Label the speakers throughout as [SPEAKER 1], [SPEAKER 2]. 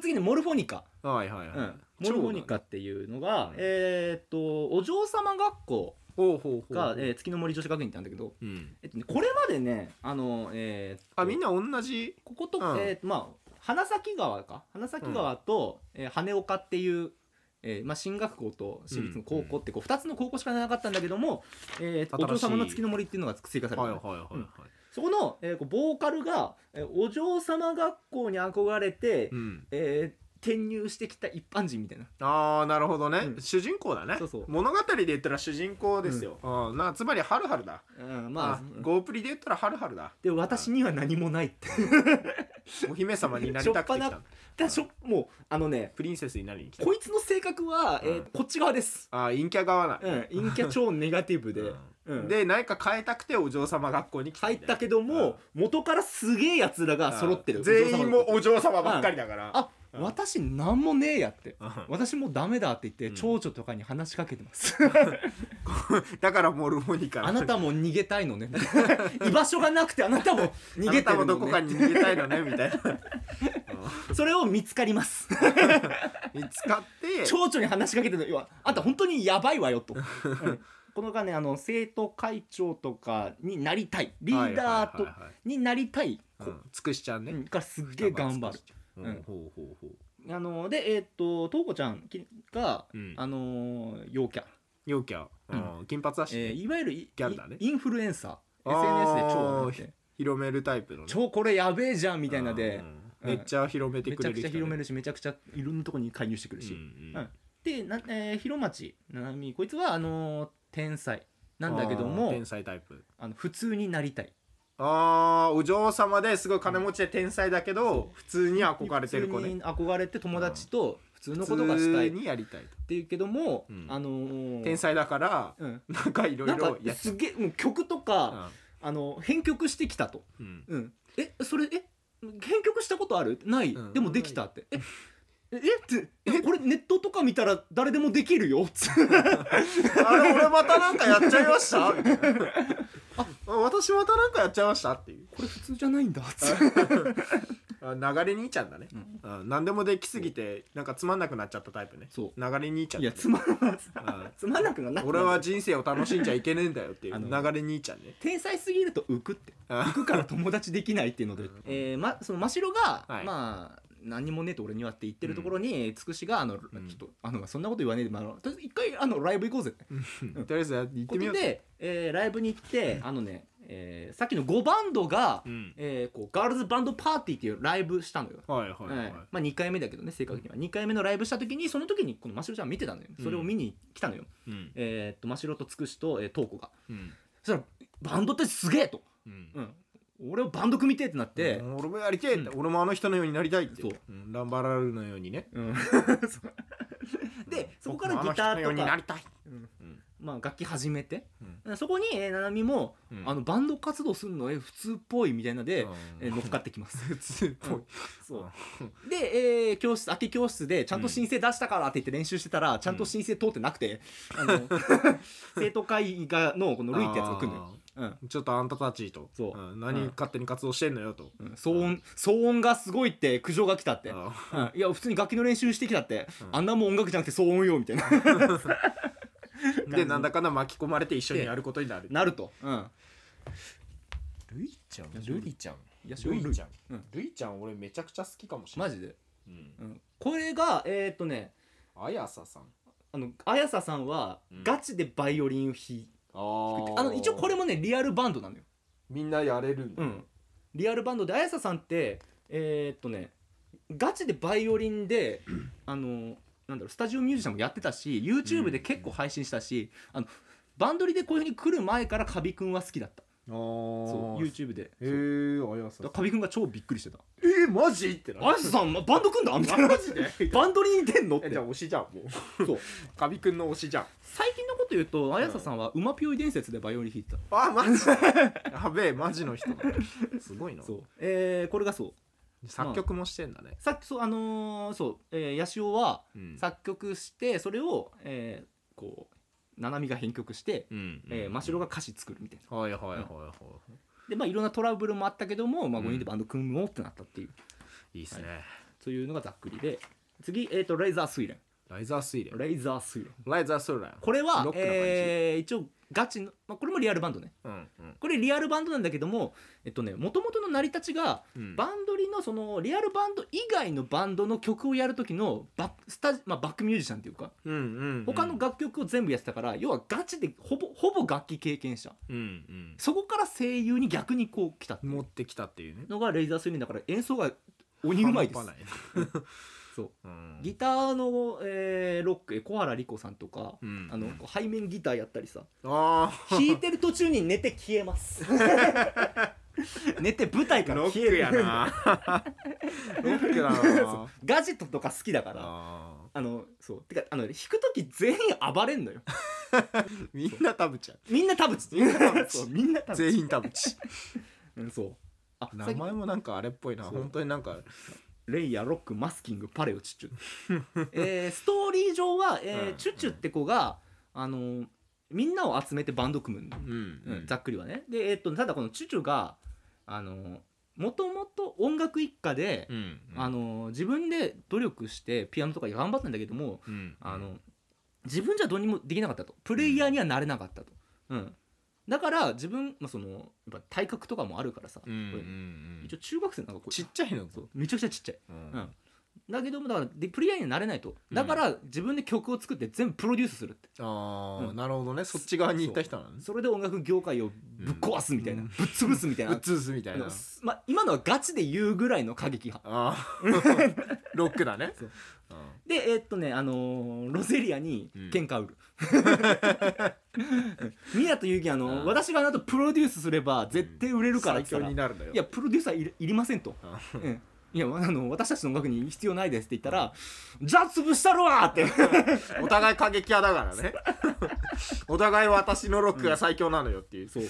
[SPEAKER 1] 次にモルフォニカ、
[SPEAKER 2] はいはいはい、
[SPEAKER 1] うんモルフォニカっていうのが、
[SPEAKER 2] うん
[SPEAKER 1] えーっとお嬢様学校
[SPEAKER 2] ほうほうほう
[SPEAKER 1] が、えー月の森女子学院ってなんだけど、
[SPEAKER 2] うん、
[SPEAKER 1] えっとね、これまでねあの、えーっと
[SPEAKER 2] あみんな同じ
[SPEAKER 1] ここと、
[SPEAKER 2] うん
[SPEAKER 1] えーまあ花咲川か花咲川と、えー羽岡っていう、えーまあ、進学校と私立の高校ってこう2つの高校しかなかったんだけども、えーお嬢
[SPEAKER 2] 新しい
[SPEAKER 1] 様の月の森っていうのが追加された
[SPEAKER 2] はい
[SPEAKER 1] の
[SPEAKER 2] はい
[SPEAKER 1] ね、
[SPEAKER 2] はいはい、
[SPEAKER 1] そこの、えーこうボーカルが、えーお嬢様学校に憧れて、
[SPEAKER 2] うん、
[SPEAKER 1] えー転入してきた一般人みたいな
[SPEAKER 2] ああなるほどね、
[SPEAKER 1] うん
[SPEAKER 2] 主人公だね
[SPEAKER 1] そうそう
[SPEAKER 2] 物語で言ったら主人公ですよ、うん、なつまりハルハルだ、
[SPEAKER 1] うん
[SPEAKER 2] まあ
[SPEAKER 1] まあうん
[SPEAKER 2] ゴープリで言ったらハルハルだ
[SPEAKER 1] で私には何もないって
[SPEAKER 2] お姫様になりたくてきたんだ
[SPEAKER 1] だしょもうあのね
[SPEAKER 2] プリンセスになりに来た
[SPEAKER 1] こいつの性格は、えー
[SPEAKER 2] うん
[SPEAKER 1] こっち側です
[SPEAKER 2] ああ陰キャ側な
[SPEAKER 1] うん陰キャ超ネガティブ
[SPEAKER 2] ん
[SPEAKER 1] で、うん
[SPEAKER 2] で何か変えたくてお嬢様学校に来た
[SPEAKER 1] 入
[SPEAKER 2] ん
[SPEAKER 1] っ
[SPEAKER 2] だよ
[SPEAKER 1] たけども、元からすげえやつらが揃って
[SPEAKER 2] う
[SPEAKER 1] る
[SPEAKER 2] ん全員も
[SPEAKER 1] お
[SPEAKER 2] お嬢様ばっかりだから
[SPEAKER 1] あ、
[SPEAKER 2] うん
[SPEAKER 1] 私なんもねえやって
[SPEAKER 2] うん
[SPEAKER 1] 私もうダメだって言って、
[SPEAKER 2] うん
[SPEAKER 1] 蝶々とかに話しかけてます
[SPEAKER 2] だからモルモニカ
[SPEAKER 1] あなたも逃げたいの ね居場所がなくてあなたも逃げて
[SPEAKER 2] あなたも
[SPEAKER 1] る
[SPEAKER 2] ど
[SPEAKER 1] の
[SPEAKER 2] こか
[SPEAKER 1] ね
[SPEAKER 2] に逃げたいのねみたいな うん
[SPEAKER 1] それを見つかります
[SPEAKER 2] 見つかって
[SPEAKER 1] 蝶々に話しかけてるの要はあんた本当にやばいわよ と、うんこの間ねあの生徒会長とかになりたいリーダーと、
[SPEAKER 2] はいはいはいはい
[SPEAKER 1] になりたい、
[SPEAKER 2] う
[SPEAKER 1] こ
[SPEAKER 2] んつくしちゃんね
[SPEAKER 1] うんがすっげえ頑張る
[SPEAKER 2] うん
[SPEAKER 1] うん
[SPEAKER 2] ほうほうほう
[SPEAKER 1] あのでえーっと東子ちゃんきが、
[SPEAKER 2] うん
[SPEAKER 1] あのー陽キャ、
[SPEAKER 2] 陽キャうん金髪だし
[SPEAKER 1] えーいわゆるい
[SPEAKER 2] ギャルだね
[SPEAKER 1] インフルエンサー
[SPEAKER 2] あ
[SPEAKER 1] SNS
[SPEAKER 2] ー
[SPEAKER 1] で超なんて
[SPEAKER 2] 広めるタイプのね
[SPEAKER 1] 超これやべえじゃんみたいなで
[SPEAKER 2] うんめっちゃ広めて
[SPEAKER 1] め
[SPEAKER 2] く
[SPEAKER 1] ちゃ
[SPEAKER 2] れ
[SPEAKER 1] く
[SPEAKER 2] る
[SPEAKER 1] ちゃ
[SPEAKER 2] 人
[SPEAKER 1] 広め
[SPEAKER 2] る
[SPEAKER 1] るしめちゃくちゃいろんなとこに介入してくるし、
[SPEAKER 2] うん
[SPEAKER 1] うんでな、えー広町七海こいつはあのー天才なんだけど
[SPEAKER 2] あー
[SPEAKER 1] も
[SPEAKER 2] 天才タイプ
[SPEAKER 1] あの普通になりたい
[SPEAKER 2] あーお嬢様ですごい金持ちで天才だけど普通に憧れてる子
[SPEAKER 1] 普通
[SPEAKER 2] ね
[SPEAKER 1] に憧れて友達と普通の
[SPEAKER 2] 普
[SPEAKER 1] ことがしたいっ
[SPEAKER 2] 通
[SPEAKER 1] て
[SPEAKER 2] にやりたいと
[SPEAKER 1] 言うけども、
[SPEAKER 2] うん
[SPEAKER 1] あのー
[SPEAKER 2] 天才だから
[SPEAKER 1] うん
[SPEAKER 2] なんかいろい
[SPEAKER 1] なんか
[SPEAKER 2] ろやっ
[SPEAKER 1] すげえもう曲とか、あの編曲してきたと、
[SPEAKER 2] うん
[SPEAKER 1] うん、えそれえ編曲したことあるない、
[SPEAKER 2] うん
[SPEAKER 1] でもできたって、ええってえこれネットとか見たら誰でもできるよつ
[SPEAKER 2] あれ俺またなんかやっちゃいましたみたいなあ私またなんかやっちゃいましたっていう
[SPEAKER 1] これ普通じゃないんだつ
[SPEAKER 2] あ流れ兄ちゃんだね、うん、何でもできすぎてなんかつまんなくなっちゃったタイプね
[SPEAKER 1] そう
[SPEAKER 2] 流れ兄ちゃん
[SPEAKER 1] い
[SPEAKER 2] だ
[SPEAKER 1] や
[SPEAKER 2] ね
[SPEAKER 1] つまらな
[SPEAKER 2] うん
[SPEAKER 1] つまらなくはな
[SPEAKER 2] 俺は人生を楽しんじゃいけねえんだよっていう
[SPEAKER 1] あの
[SPEAKER 2] 流れ兄ちゃんね
[SPEAKER 1] 天才すぎると浮くって
[SPEAKER 2] あ
[SPEAKER 1] 浮くから友達できないっていうので、えーま、その真城が、
[SPEAKER 2] はい
[SPEAKER 1] まあ何もねえと俺にはって言ってるところに、つくしがあの、
[SPEAKER 2] ん
[SPEAKER 1] ちょっとあのそんなこと言わねえで、まああの、とりあえず一回あのライブ行こうぜ
[SPEAKER 2] うんとりあえずや行っ
[SPEAKER 1] こ
[SPEAKER 2] てみよ
[SPEAKER 1] と
[SPEAKER 2] う
[SPEAKER 1] で、えーライブに行ってあのね、えーさっきの5バンドが、
[SPEAKER 2] うん
[SPEAKER 1] えーこうガールズバンドパーティーっていうライブしたのよ、
[SPEAKER 2] はいはいはい、
[SPEAKER 1] はいまあ、2回目だけどね正確には2回目のライブした時にその時にこの真城ちゃん見てたのよそれを見に来たのよ、
[SPEAKER 2] うん
[SPEAKER 1] えーっと真城とつくしと、えー、トーコが
[SPEAKER 2] うん
[SPEAKER 1] そしたらバンドってすげえと、
[SPEAKER 2] うん
[SPEAKER 1] うん、俺をバンド組みてえってなって、
[SPEAKER 2] うん俺もやりてえって、俺もあの人のようになりたいって
[SPEAKER 1] そう
[SPEAKER 2] うんランバラルのようにね
[SPEAKER 1] うんそうでそこからギ
[SPEAKER 2] 僕も
[SPEAKER 1] タ
[SPEAKER 2] あの人
[SPEAKER 1] ー
[SPEAKER 2] のよう
[SPEAKER 1] と
[SPEAKER 2] にな
[SPEAKER 1] か、
[SPEAKER 2] りたい
[SPEAKER 1] うん
[SPEAKER 2] うん
[SPEAKER 1] まあ、楽器始めて、
[SPEAKER 2] うん
[SPEAKER 1] そこに、えー、ななみも、
[SPEAKER 2] うん
[SPEAKER 1] あのバンド活動するのえ普通っぽいみたいなので、えー 乗っかってきます
[SPEAKER 2] 普通っぽい
[SPEAKER 1] そうで、えー教室空き教室でちゃんと申請出したからって言って練習してたら、ちゃんと申請通ってなくて、あの 生徒会がのこのルイってやつが来るのよ、うん
[SPEAKER 2] ちょっとあんたたちと
[SPEAKER 1] そうん
[SPEAKER 2] 何勝手に活動してんのよと
[SPEAKER 1] うん騒音騒音がすごいって苦情が来たって、
[SPEAKER 2] あ
[SPEAKER 1] うんいや普通に楽器の練習してきたって、あんなもん音楽じゃなくて騒音よみたいな
[SPEAKER 2] でなんだかんだ巻き込まれて一緒にやることになる
[SPEAKER 1] なると、うん、
[SPEAKER 2] ルイちゃん
[SPEAKER 1] ルイ
[SPEAKER 2] ちゃん
[SPEAKER 1] いやルイ
[SPEAKER 2] ゃん
[SPEAKER 1] うん
[SPEAKER 2] ルイちゃん俺めちゃくちゃ好きかもし
[SPEAKER 1] マジで、
[SPEAKER 2] ないう
[SPEAKER 1] う
[SPEAKER 2] ん
[SPEAKER 1] ん、これがえーっとね
[SPEAKER 2] 綾瀬さん
[SPEAKER 1] あの綾瀬さんは
[SPEAKER 2] うん
[SPEAKER 1] ガチでバイオリンを弾い
[SPEAKER 2] あー
[SPEAKER 1] あの一応これもねリアルバンドなのよ、
[SPEAKER 2] みんなやれるんだ
[SPEAKER 1] うん、リアルバンドで綾瀬さんってえーっとねガチでバイオリンであのなんだろうスタジオミュージシャンもやってたし YouTube で結構配信したし、あのバンドリでこういうふうに来る前からカビくんは好きだった
[SPEAKER 2] あ
[SPEAKER 1] そう
[SPEAKER 2] ーへ
[SPEAKER 1] YouTube でそう
[SPEAKER 2] え
[SPEAKER 1] だ
[SPEAKER 2] 綾瀬さん
[SPEAKER 1] からカビくんが超びっくりしてた
[SPEAKER 2] えーマジって
[SPEAKER 1] 「綾瀬さんバンド組んだ?」みたいな
[SPEAKER 2] マジで
[SPEAKER 1] バンドリに出んの?」っ
[SPEAKER 2] え
[SPEAKER 1] て
[SPEAKER 2] じゃあ推しじゃんもう
[SPEAKER 1] そう
[SPEAKER 2] カビくんの推しじゃん
[SPEAKER 1] 最近のこと言うと綾瀬さんは「馬ぴょい伝説」でバイオリン弾いてた、
[SPEAKER 2] あマジやべえマジの人だ すごいな
[SPEAKER 1] そうえー、これがそう
[SPEAKER 2] 作曲もしてんだね
[SPEAKER 1] さっきそうあのーそう、えー、八潮は
[SPEAKER 2] うん
[SPEAKER 1] 作曲してそれを、えー、こう七海が編曲して、
[SPEAKER 2] うん
[SPEAKER 1] えー、真城が歌詞作るみたいな
[SPEAKER 2] はいはいはいはい
[SPEAKER 1] でまあいろんなトラブルもあったけども、まあ、
[SPEAKER 2] うん
[SPEAKER 1] 5人でバンド組もうってなったっていう、
[SPEAKER 2] いいですね、
[SPEAKER 1] はというのがざっくりで次、えー、とレイザー睡蓮
[SPEAKER 2] ライザー水蓮
[SPEAKER 1] レイザー睡蓮
[SPEAKER 2] ライザーソーラー
[SPEAKER 1] これは
[SPEAKER 2] ロックな感じ
[SPEAKER 1] えー一応ガチの、まあ、これもリアルバンドね
[SPEAKER 2] うんうん
[SPEAKER 1] これリアルバンドなんだけどもえっとねもともとの成り立ちが
[SPEAKER 2] うん
[SPEAKER 1] バンドリのそのリアルバンド以外のバンドの曲をやる時のバックスタジ、まあ、バックミュージシャンっていうか
[SPEAKER 2] うんうん
[SPEAKER 1] 他の楽曲を全部やってたから要はガチでほぼほぼ楽器経験者
[SPEAKER 2] うん
[SPEAKER 1] そこから声優に逆にこう来た
[SPEAKER 2] うん持ってきたっていうね
[SPEAKER 1] のがレイザースリーだから演奏が鬼うまいです
[SPEAKER 2] 半 端ない
[SPEAKER 1] そう
[SPEAKER 2] うん
[SPEAKER 1] ギターの、えーロックえ小原莉子さんとか、
[SPEAKER 2] うん
[SPEAKER 1] あのこう背面ギターやったりさ
[SPEAKER 2] あー
[SPEAKER 1] 弾いてる途中に寝て消えます 寝て舞台から
[SPEAKER 2] ロ
[SPEAKER 1] 消え
[SPEAKER 2] ック
[SPEAKER 1] る
[SPEAKER 2] やな ロックだな
[SPEAKER 1] ガジェットとか好きだから
[SPEAKER 2] あ
[SPEAKER 1] あのそうてかあの弾く時全員暴れんのよ
[SPEAKER 2] ーみんなタブちゃん
[SPEAKER 1] みんな田淵
[SPEAKER 2] みんな田 淵
[SPEAKER 1] そうみんな田淵
[SPEAKER 2] 全員タブチ
[SPEAKER 1] うんそうあ
[SPEAKER 2] 名
[SPEAKER 1] 最近
[SPEAKER 2] 前もなんかあれっぽいな
[SPEAKER 1] そう
[SPEAKER 2] 本当になんか
[SPEAKER 1] レイヤーロックマスキングパレオチュチュ、えーストーリー上は、えー
[SPEAKER 2] うん
[SPEAKER 1] チュチュって子が、あのーみんなを集めてバンド組むんだ
[SPEAKER 2] う、ん
[SPEAKER 1] うんざっくりはねで、えーっとただこのチュチュがもともと音楽一家で、
[SPEAKER 2] うん
[SPEAKER 1] あのー自分で努力してピアノとか頑張ったんだけども、
[SPEAKER 2] うん
[SPEAKER 1] あの自分じゃどうにもできなかったとプレイヤーにはなれなかったと、うん、だから自分、まあ、そのやっぱ体格とかもあるからさ、
[SPEAKER 2] うんうん
[SPEAKER 1] こ
[SPEAKER 2] う
[SPEAKER 1] れ
[SPEAKER 2] ん
[SPEAKER 1] 一応中学生なんかこう
[SPEAKER 2] ちっちゃいの
[SPEAKER 1] そうめちゃくちゃちっちゃい。
[SPEAKER 2] うん
[SPEAKER 1] うんだけどもだからでプレイヤーにはなれないとだから自分で曲を作って全部プロデュースするって、
[SPEAKER 2] ああ、
[SPEAKER 1] うん
[SPEAKER 2] なるほどねそっち側に行った人なのね
[SPEAKER 1] それで音楽業界をぶっ壊すみたいな、
[SPEAKER 2] うん
[SPEAKER 1] ぶっ潰すみたいな
[SPEAKER 2] ぶっ潰すみた
[SPEAKER 1] あ
[SPEAKER 2] いな
[SPEAKER 1] のすまあ、今のはガチで言うぐらいの過激派
[SPEAKER 2] あ あロックだね
[SPEAKER 1] そう
[SPEAKER 2] あー
[SPEAKER 1] でえーっとねあのーロゼリアに喧嘩売る、 ミナとユキあの
[SPEAKER 2] うん
[SPEAKER 1] 私があなたプロデュースすれば絶対売れるからって言っ
[SPEAKER 2] 最強
[SPEAKER 1] たら
[SPEAKER 2] になるんだよ
[SPEAKER 1] いやプロデューサーいりいりません と、
[SPEAKER 2] あー
[SPEAKER 1] うんいやあの私たちの音楽に必要ないですって言ったら、じゃあ潰したるわーって
[SPEAKER 2] お互い過激派だか らねお互い私のロックが最強なのよっていう、
[SPEAKER 1] そう
[SPEAKER 2] うん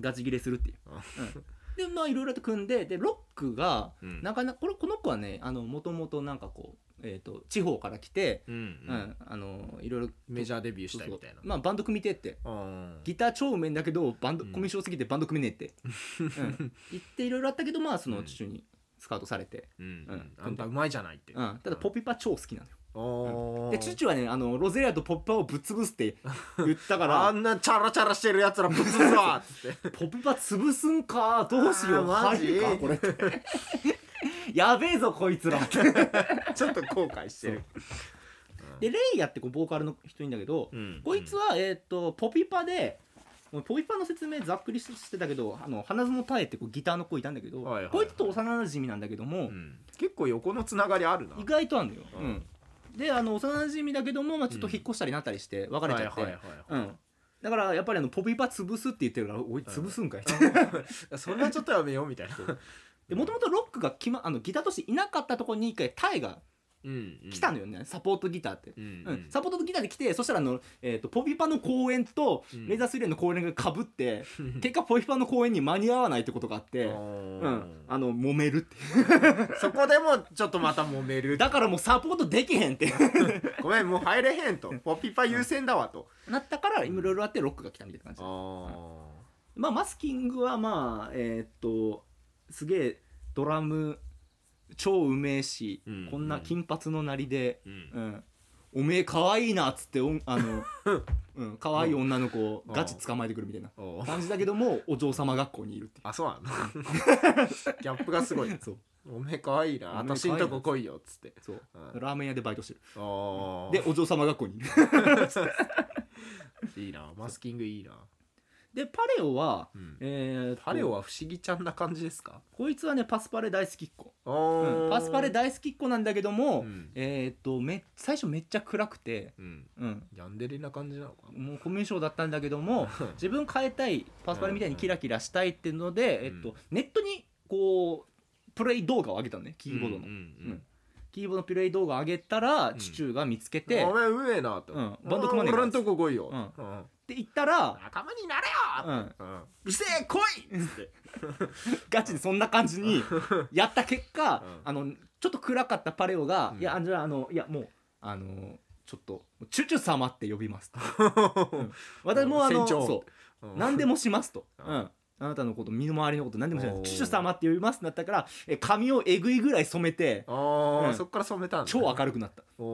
[SPEAKER 1] ガチ切れするっていう
[SPEAKER 2] あ。
[SPEAKER 1] うんでまあいろいろと組んででロックが
[SPEAKER 2] うん
[SPEAKER 1] なかなかこれこの子はねもともとなんかこう、えー、と地方から来て、
[SPEAKER 2] うん
[SPEAKER 1] うんあのいろいろ
[SPEAKER 2] メジャーデビューし
[SPEAKER 1] そう
[SPEAKER 2] たいみたいな
[SPEAKER 1] まあ、バンド組みてえって
[SPEAKER 2] うん
[SPEAKER 1] ギター超うめえんだけどバンド、
[SPEAKER 2] うん
[SPEAKER 1] コミュ障すぎてバンド組めねえ って、うん、言っていろいろあったけどまあそうの
[SPEAKER 2] ん
[SPEAKER 1] 父にスカウトされて、
[SPEAKER 2] うん
[SPEAKER 1] うん
[SPEAKER 2] あんたうまいじゃないって、
[SPEAKER 1] うんただポピパ超好きなのよ
[SPEAKER 2] おー
[SPEAKER 1] で父はねあのロゼリアとポピパをぶっ潰すって言ったか
[SPEAKER 2] あ
[SPEAKER 1] ら
[SPEAKER 2] んなチャラチャラしてるやつらぶつぶすわっつって
[SPEAKER 1] ポピパ潰すんかどうしよう
[SPEAKER 2] あーマジ
[SPEAKER 1] 入るかこれって やべえぞこいつらって
[SPEAKER 2] ちょっと後悔してる
[SPEAKER 1] でレイヤってこうボーカルの人いんだけど、
[SPEAKER 2] うん
[SPEAKER 1] こいつは、えー、とポピパでもうポピパの説明ざっくりしてたけどあの花園太ってこうギターの子いたんだけど、
[SPEAKER 2] はいはいはい
[SPEAKER 1] こいつと幼馴染みなんだけども
[SPEAKER 2] う、ん結構横のつながりあるな
[SPEAKER 1] 意外とあるのよ、
[SPEAKER 2] うん
[SPEAKER 1] うんであの幼馴染みだけども、まあ、ちょっと引っ越したりなったりして別れちゃって、
[SPEAKER 2] はいはいはいはい
[SPEAKER 1] うん、だからやっぱりあのポピパ潰すって言ってるからおい潰すん かいって
[SPEAKER 2] そんなちょっとやめようみたいな
[SPEAKER 1] もともとロックが決、ま、あのギターとしていなかったところに一回タイが来たの
[SPEAKER 2] よ、
[SPEAKER 1] よね、サポートギターって
[SPEAKER 2] う。ん
[SPEAKER 1] うんサポートギターで来てそしたらあの、えー、とポピパの公演と
[SPEAKER 2] うん
[SPEAKER 1] レイザースイレンの公演がかぶって、結果ポピパの公演に間に合わないってことがあって、うん、あの揉めるってい
[SPEAKER 2] そこでもちょっとまた揉め
[SPEAKER 1] う
[SPEAKER 2] る
[SPEAKER 1] だからもうサポートできへんって
[SPEAKER 2] ごめんもう入れへんとポピパ優先だわと
[SPEAKER 1] なったからいろいろあってロックが来たみたいな感じ、
[SPEAKER 2] あ
[SPEAKER 1] まあ、マスキングはまあえーっとすげえドラム超うめえし、
[SPEAKER 2] うん
[SPEAKER 1] こんな金髪のなりで、
[SPEAKER 2] うん
[SPEAKER 1] うんおめえ可愛いなっつっておんあ の、うん、可愛い女の子をガチ捕まえてくるみたいな
[SPEAKER 2] おー
[SPEAKER 1] 感じだけどもお嬢様学校にいるっていう
[SPEAKER 2] あそうなのギャップがすごい
[SPEAKER 1] そう
[SPEAKER 2] おめえかわいいな
[SPEAKER 1] おめえ可愛いな
[SPEAKER 2] 私んとこ来いよっつって
[SPEAKER 1] そう、
[SPEAKER 2] うん
[SPEAKER 1] ラーメン屋でバイトしてる
[SPEAKER 2] あ
[SPEAKER 1] でお嬢様学校にいる
[SPEAKER 2] いいなマスキングいいな
[SPEAKER 1] でパレオは、
[SPEAKER 2] うん
[SPEAKER 1] えーっと
[SPEAKER 2] パレオは不思議ちゃんな感じですか
[SPEAKER 1] こいつはねパスパレ大好きっ子、うんパ
[SPEAKER 2] パ
[SPEAKER 1] スパレ大好きっ子なんだけども、
[SPEAKER 2] うん
[SPEAKER 1] えーっとめ最初めっちゃ暗くて、
[SPEAKER 2] うん
[SPEAKER 1] うん、
[SPEAKER 2] ヤンデレな感じなのかな
[SPEAKER 1] もうコミュ障だったんだけども自分変えたいパスパルみたいにキラキラしたいっていうので、え
[SPEAKER 2] うん
[SPEAKER 1] っと、ネットにこうプレイ動画を上げたのねキーボードの、
[SPEAKER 2] うんうんうん
[SPEAKER 1] んキーボードのプレイ動画を上げたら、
[SPEAKER 2] ん
[SPEAKER 1] チュチュが見つけて、
[SPEAKER 2] お
[SPEAKER 1] っ
[SPEAKER 2] 前うめえなと、
[SPEAKER 1] うんバンド組まねえか
[SPEAKER 2] 俺
[SPEAKER 1] ら
[SPEAKER 2] んとこ来いよ、
[SPEAKER 1] うん
[SPEAKER 2] うん
[SPEAKER 1] て言ったら、
[SPEAKER 2] 仲間にな
[SPEAKER 1] う
[SPEAKER 2] れよ、
[SPEAKER 1] ん、
[SPEAKER 2] うんうるせえ来いっつって
[SPEAKER 1] ガチでそんな感じ にやった結果、
[SPEAKER 2] うん
[SPEAKER 1] あのちょっと暗かったパレオが「
[SPEAKER 2] うん
[SPEAKER 1] いやあじゃああのいやもうあのちょっとチュチュ 様って呼びます」と私もあの
[SPEAKER 2] 船長
[SPEAKER 1] そう
[SPEAKER 2] うん
[SPEAKER 1] 何でもしますと、
[SPEAKER 2] うん
[SPEAKER 1] うんあなたのこと身の回りのこと何でも知らない「
[SPEAKER 2] おー
[SPEAKER 1] チュシュ様」って呼びますってなったからえー髪をえぐいぐらい染めて
[SPEAKER 2] ああ、
[SPEAKER 1] うん
[SPEAKER 2] そっから染めたんだ
[SPEAKER 1] 超明るくなった
[SPEAKER 2] お